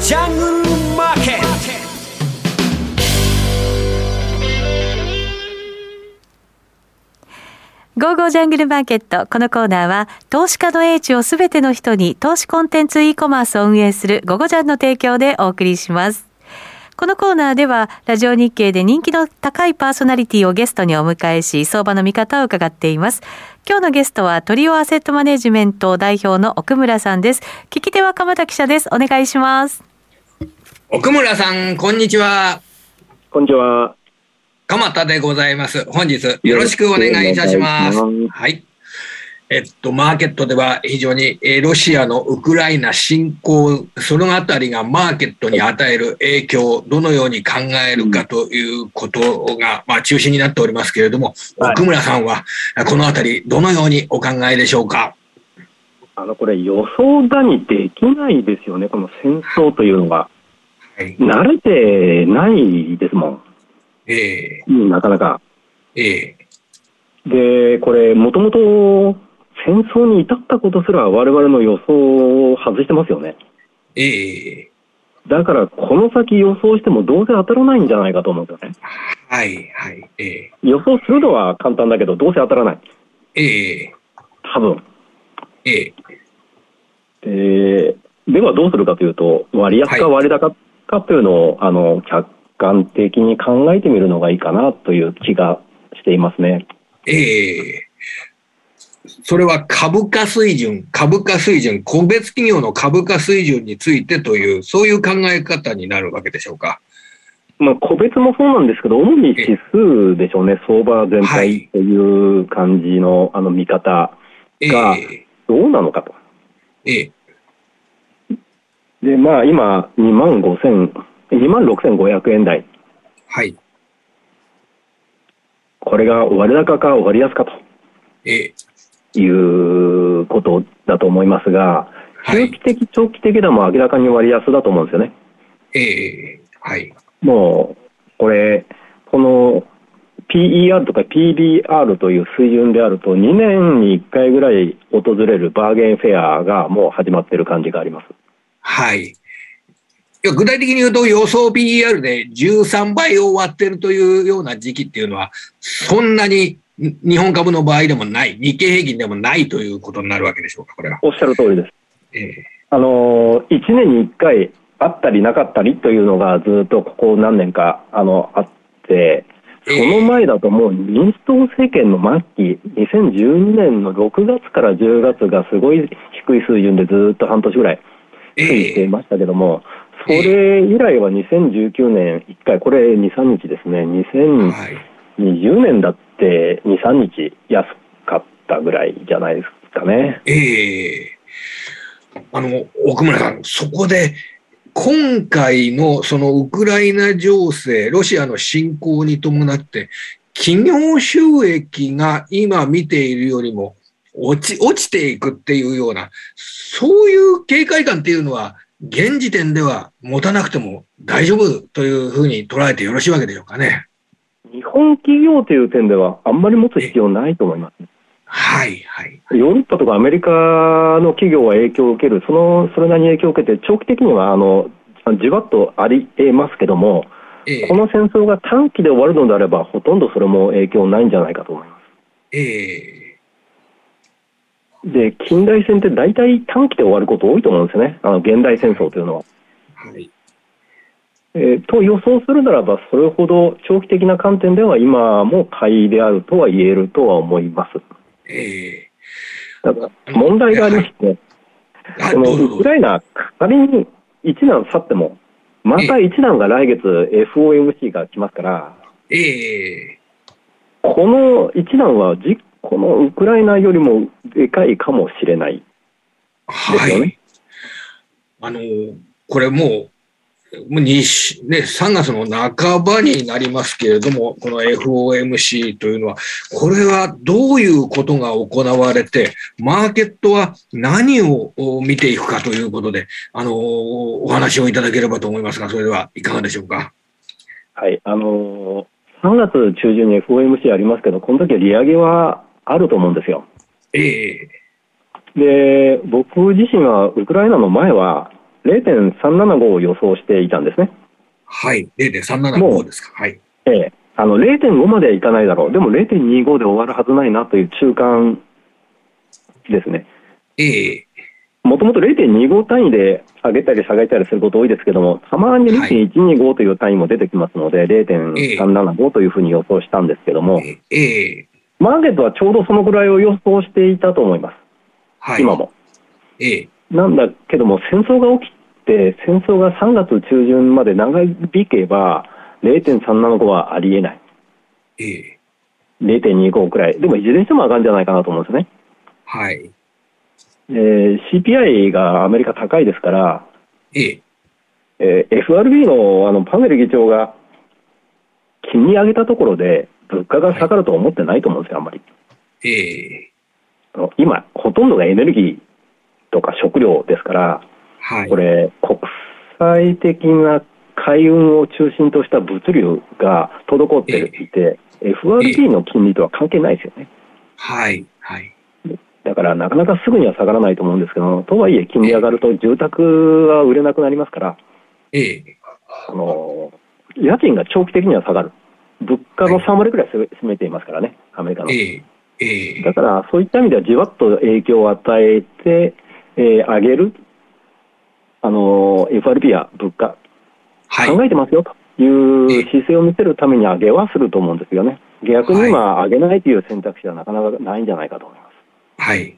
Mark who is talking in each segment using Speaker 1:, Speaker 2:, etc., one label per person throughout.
Speaker 1: ジャングルマーケット
Speaker 2: ゴーゴージャングルマーケット。このコーナーは、投資家の英知をすべての人に投資コンテンツ e コマースを運営するゴゴジャンの提供でお送りします。このコーナーでは、ラジオ日経で人気の高いパーソナリティをゲストにお迎えし、相場の見方を伺っています。今日のゲストは、トリオアセットマネジメント代表の奥村さんです。聞き手は鎌田記者です。お願いします。
Speaker 3: 奥村さん、こんにちは。
Speaker 4: こんにちは。
Speaker 3: 鎌田でございます。本日、よろしくお願いいたします。
Speaker 4: よろしくお願いしま
Speaker 3: はい。えっと、マーケットでは非常に、えーロシアのウクライナ侵攻、そのあたりがマーケットに与える影響をどのように考えるかということが、まあ、中心になっておりますけれども、
Speaker 4: はい
Speaker 3: 奥村さんは、このあたり、どのようにお考えでしょうか。
Speaker 4: あの、これ予想だにできないですよね、この戦争というのが。
Speaker 3: はい。
Speaker 4: 慣れてないですも
Speaker 3: え
Speaker 4: ん。なかなか。
Speaker 3: ー、え
Speaker 4: で、これ、もともと戦争に至ったことすら我々の予想を外してますよね。
Speaker 3: ー、え
Speaker 4: だから、この先予想してもどうせ当たらないんじゃないかと思うんですよね。
Speaker 3: ー、はい、はい、え
Speaker 4: 予想するのは簡単だけど、どうせ当たらない。
Speaker 3: ー、え
Speaker 4: 多分。
Speaker 3: ー、えー、
Speaker 4: で、ではどうするかというと、割安か割高かというのを、あの、客観的に考えてみるのがいいかなという気がしていますね。
Speaker 3: ええそれは株価水準、株価水準、個別企業の株価水準についてという、そういう考え方になるわけでしょうか。
Speaker 4: まあ、個別もそうなんですけど、主に指数でしょうね、相場全
Speaker 3: は
Speaker 4: 体
Speaker 3: い
Speaker 4: という感じの、あの、見方、
Speaker 3: え
Speaker 4: が
Speaker 3: え
Speaker 4: どうなのかと。
Speaker 3: ええ
Speaker 4: で、まあ、今、2万5千、2万6500円台。
Speaker 3: はい、
Speaker 4: これが割高か割安かと
Speaker 3: ええ
Speaker 4: いうことだと思いますが、
Speaker 3: は
Speaker 4: 中
Speaker 3: い
Speaker 4: 期、的、長期的でも明らかに割安だと思うんですよね。
Speaker 3: ええはい、
Speaker 4: もう、これ、この PER とか PBR という水準であると、2年に1回ぐらい訪れるバーゲンフェアがもう始まってる感じがあります。
Speaker 3: はい。いや具体的に言うと、予想 PER で13倍を割ってるというような時期っていうのは、そんなにに日本株の場合でもない、日経平均でもないということになるわけでしょうか、これは。
Speaker 4: おっしゃる通りです。
Speaker 3: ええ
Speaker 4: あの、1年に1回あったりなかったりというのがずっとここ何年か、あの、あって、そ
Speaker 3: ええ
Speaker 4: の前だともう民主党政権の末期、2012年の6月から10月がすごい低い水準でずっと半年ぐらい
Speaker 3: え
Speaker 4: してい
Speaker 3: え
Speaker 4: ましたけども、それ以来は2019年1回、これ2、3日ですね、
Speaker 3: はい。
Speaker 4: 2020年だって2、3日安かったぐらいじゃないですかね。
Speaker 3: ええあの、奥村さん、そこで、今回のそのウクライナ情勢、ロシアの侵攻に伴って、企業収益が今見ているよりも落ち、落ちていくっていうような、そういう警戒感っていうのは、現時点では持たなくても大丈夫というふうに捉えてよろしいわけでしょうかね。
Speaker 4: 日本企業という点ではあんまり持つ必要ないと思います。
Speaker 3: はい、はい。
Speaker 4: ヨーロッパとかアメリカの企業は影響を受ける、その、それなりに影響を受けて、長期的には、あの、じわっとありえますけども、
Speaker 3: ええ
Speaker 4: この戦争が短期で終わるのであれば、ほとんどそれも影響ないんじゃないかと思います。
Speaker 3: え
Speaker 4: で、近代戦って大体短期で終わること多いと思うんですよね。あの、現代戦争というのは。
Speaker 3: えはい。
Speaker 4: えーと予想するならば、それほど長期的な観点では今も買いであるとは言えるとは思います。
Speaker 3: ええ
Speaker 4: ただ問題がありまして、
Speaker 3: あど
Speaker 4: こ
Speaker 3: うぞどう
Speaker 4: の
Speaker 3: ぞ
Speaker 4: ウクライナ、仮に1段去っても、また1段が来月 FOMC が来ますから、
Speaker 3: ええ
Speaker 4: この1段はじこのウクライナよりもでかいかもしれない。
Speaker 3: は
Speaker 4: ですよ
Speaker 3: い
Speaker 4: ね。
Speaker 3: あの、これもう、もうにしね、3月の半ばになりますけれども、この FOMC というのは、これはどういうことが行われて、マーケットは何をお見ていくかということで、あの、お話をいただければと思いますが、それではいかがでしょうか。
Speaker 4: はい、あのー、3月中旬に FOMC ありますけど、この時は利上げはあると思うんですよ。
Speaker 3: ええ
Speaker 4: で、僕自身はウクライナの前は、 0.375を予想していたんですね。
Speaker 3: はい。0.375ですか。はい。
Speaker 4: ええ、あの0.5まではいかないだろう、でも0.25で終わるはずないなという中間ですね。
Speaker 3: ええ
Speaker 4: もともと0.25単位で上げたり下げたりすること多いですけども、たまに
Speaker 3: はい
Speaker 4: 0.125という単位も出てきますので、0.375というふうに予想したんですけども、
Speaker 3: ええ
Speaker 4: マーケットはちょうどそのぐらいを予想していたと思います、
Speaker 3: はい。
Speaker 4: 今。も。
Speaker 3: ええ
Speaker 4: なんだけども、戦争が起きて、戦争が3月中旬まで長引けば、0.375はありえない、
Speaker 3: ええ
Speaker 4: 0.25くらい、でもいずれにしても上がるんじゃないかなと思うんですね。
Speaker 3: はい。
Speaker 4: えー CPI がアメリカ高いですから、
Speaker 3: ええ
Speaker 4: えー FRB のあのパウエル議長が金利上げたところで物価が下がるとは思ってないと思うんですよ、あんまり。
Speaker 3: ええ
Speaker 4: あの今、ほとんどがエネルギーとか食料ですから、
Speaker 3: はい。
Speaker 4: これ、国際的な海運を中心とした物流が滞っていて、FRB の金利とは関係ないですよね。
Speaker 3: はい。はい。
Speaker 4: だからなかなかすぐには下がらないと思うんですけど、とはいえ、金利上がると住宅は売れなくなりますから、
Speaker 3: ええ
Speaker 4: あの家賃が長期的には下がる、物価の3割くらい占めていますからね、アメリカの。
Speaker 3: ええええ
Speaker 4: だからそういった意味では、じわっと影響を与えて、えー上げる、あの FRB や物価、
Speaker 3: はい。
Speaker 4: 考えてますよという姿勢を見せるために上げはすると思うんですよね。逆に今、上げないという選択肢はなかなかないんじゃないかと思います。
Speaker 3: はい。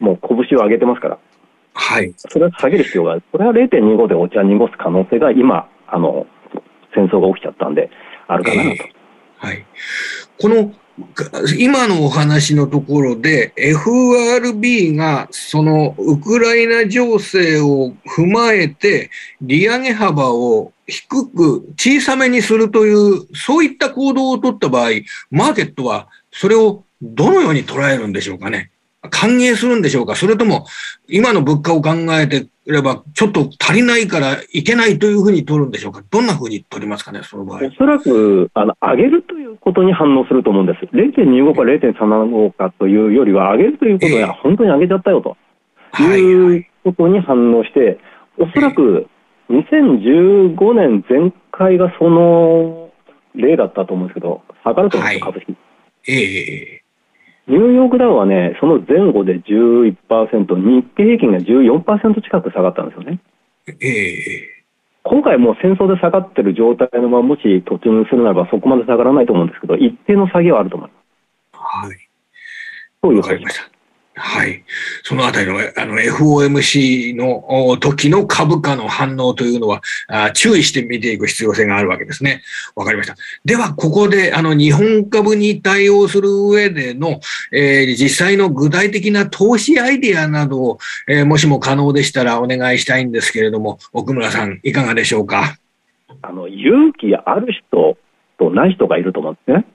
Speaker 4: もう拳を上げてますから、
Speaker 3: はい。
Speaker 4: それは下げる必要がある、これは0.25でお茶濁す可能性が今、あの戦争が起きちゃったんで、あるかなと。
Speaker 3: ええはい。この、が今のお話のところで、FRB がそのウクライナ情勢を踏まえて、利上げ幅を低く、小さめにするという、そういった行動を取った場合、マーケットはそれをどのように捉えるんでしょうかね。歓迎するんでしょうかそれとも、今の物価を考えていれば、ちょっと足りないからいけないというふうに取るんでしょうかどんなふうに取りますかねその場合。
Speaker 4: おそらくあの上げるということに反応すると思うんです、0.25か0.35かというよりは、上げるということ
Speaker 3: ええ
Speaker 4: は本当に上げちゃったよと
Speaker 3: はい
Speaker 4: いうことに反応して、おそらく2015年前回がその例だったと思うんですけど、下がると思うんですよ、
Speaker 3: はい
Speaker 4: 株式。
Speaker 3: ええ
Speaker 4: ニューヨークダウはね、その前後で11%、日経平均が14%近く下がったんですよね。
Speaker 3: ええ
Speaker 4: 今回もう戦争で下がってる状態のままもし突入するならばそこまで下がらないと思うんですけど、一定の下げはあると思います。
Speaker 3: はい。
Speaker 4: そういう
Speaker 3: わ
Speaker 4: こ
Speaker 3: か
Speaker 4: と
Speaker 3: り
Speaker 4: で。
Speaker 3: ますした。はい。そのあたりのあの FOMC のお時の株価の反応というのはあ注意して見ていく必要性があるわけですね。わかりました。では、ここであの日本株に対応する上での、えー実際の具体的な投資アイディアなどを、えーもしも可能でしたらお願いしたいんですけれども、奥村さん、いかがでしょうか。
Speaker 4: あの勇気ある人とない人がいると思うんですね。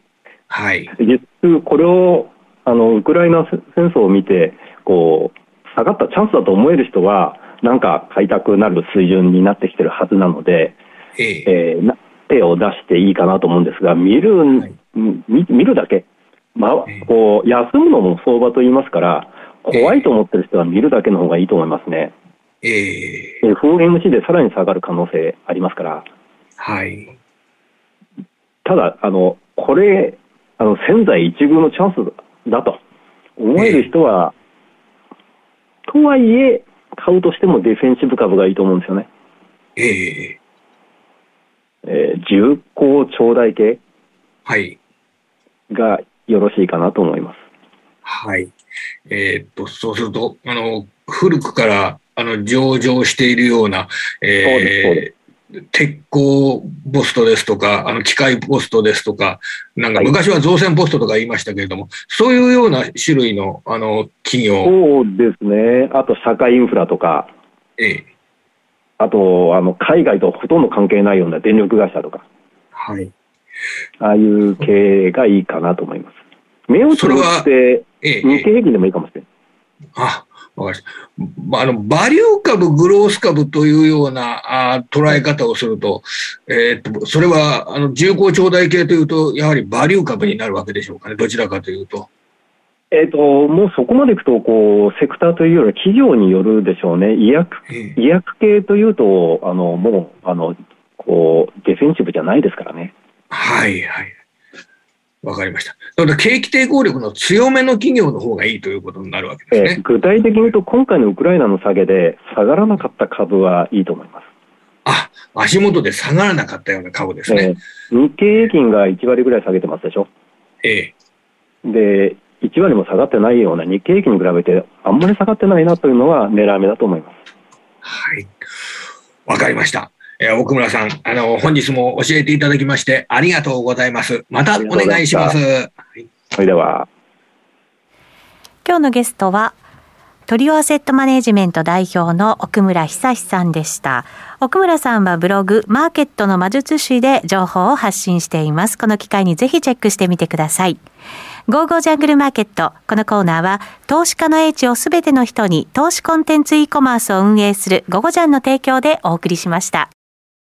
Speaker 3: はい。
Speaker 4: 実質これをあのウクライナ戦争を見てこう下がったチャンスだと思える人はなんか買いたくなる水準になってきてるはずなので、
Speaker 3: ええ
Speaker 4: えーな手を出していいかなと思うんですが、見る,ん、
Speaker 3: はい
Speaker 4: み見るだけ、ま
Speaker 3: ええ
Speaker 4: こう、休むのも相場と言いますから、怖いと思ってる人は見るだけの方がいいと思いますね。
Speaker 3: ええ
Speaker 4: FOMC でさらに下がる可能性ありますから、
Speaker 3: はい。
Speaker 4: ただ、あのこれ、あの千載一遇のチャンスだと思える人は、とはいえ、買うとしてもディフェンシブ株がいいと思うんですよね。
Speaker 3: ええ
Speaker 4: えー重厚長大系
Speaker 3: はい。
Speaker 4: がよろしいかなと思います。
Speaker 3: はい。えーっと、そうすると、あの、古くから、あの、上場しているような、
Speaker 4: そうですそう
Speaker 3: えー、鉄鋼ポストですとか、あの、機械ポストですとか、なんか
Speaker 4: はい
Speaker 3: 昔は造船ポストとか言いましたけれども、そういうような種類の、あの、企業、
Speaker 4: そうですね、あと社会インフラとか、
Speaker 3: ええ
Speaker 4: あとあの海外とほとんど関係ないような電力会社とか、
Speaker 3: はい。
Speaker 4: ああいう系がいいかなと思います。目をつぶって、
Speaker 3: ええ
Speaker 4: 日経平均でもいいかもしれない。
Speaker 3: あ、わかりましたま。あの、バリュー株、グロース株というようなあ捉え方をすると、えーっと、それは、あの、重厚長大系というと、やはりバリュー株になるわけでしょうかね。どちらかというと。
Speaker 4: ええっと、もうそこまでいくと、こう、セクターというよりは企業によるでしょうね。医薬、
Speaker 3: ええ
Speaker 4: 医薬系というと、あの、もう、あの、こう、ディフェンシブじゃないですからね。
Speaker 3: はいはい。わかりました。だから景気抵抗力の強めの企業の方がいいということになるわけです
Speaker 4: え
Speaker 3: ね。
Speaker 4: 具体的に言うと、今回のウクライナの下げで、下がらなかった株はいいと思います。
Speaker 3: あ、足元で下がらなかったような株ですね。
Speaker 4: えー日経平均が1割ぐらい下げてますでしょ。
Speaker 3: ええ。
Speaker 4: で、1割も下がってないような日経平均に比べて、あんまり下がってないなというのは狙い目だと思います。
Speaker 3: はい。わかりました。えー奥村さん、あの、本日も教えていただきまして、ありがとうございます。またお願いします。
Speaker 4: あ
Speaker 3: はい
Speaker 4: それでは。
Speaker 2: 今日のゲストはトリオアセットマネジメント代表の奥村久志さんでした奥村さんはブログマーケットの魔術師で情報を発信していますこの機会にぜひチェックしてみてくださいゴーゴージャングルマーケットこのコーナーは投資家の英知をすべての人に投資コンテンツ e コマースを運営するゴゴジャンの提供でお送りしました